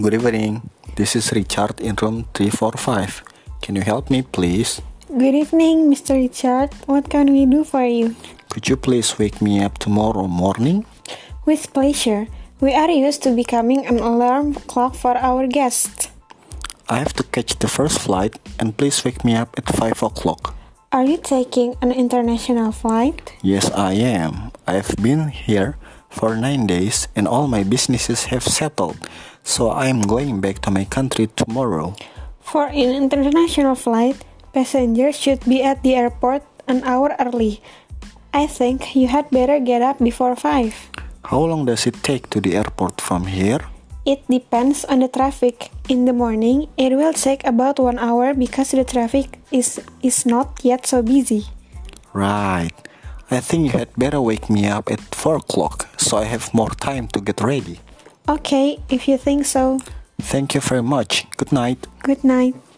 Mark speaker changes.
Speaker 1: Good evening. This is Richard in room 345. Can you help me, please?
Speaker 2: Good evening, Mr. Richard. What can we do for you?
Speaker 1: Could you please wake me up tomorrow morning?
Speaker 2: With pleasure. We are used to becoming an alarm clock for our guests.
Speaker 1: I have to catch the first flight and please wake me up at 5 o'clock.
Speaker 2: Are you taking an international flight?
Speaker 1: Yes, I am. I've been here for 9 days and all my businesses have settled, so I'm going back to my country tomorrow.
Speaker 2: For an international flight, passengers should be at the airport an hour early. I think you had better get up before 5.
Speaker 1: How long does it take to the airport from here?
Speaker 2: It depends on the traffic. In the morning, it will take about 1 hour because the traffic is, is not yet so busy.
Speaker 1: Right. I think you had better wake me up at 4 o'clock so I have more time to get ready.
Speaker 2: Okay, if you think so.
Speaker 1: Thank you very much. Good night.
Speaker 2: Good night.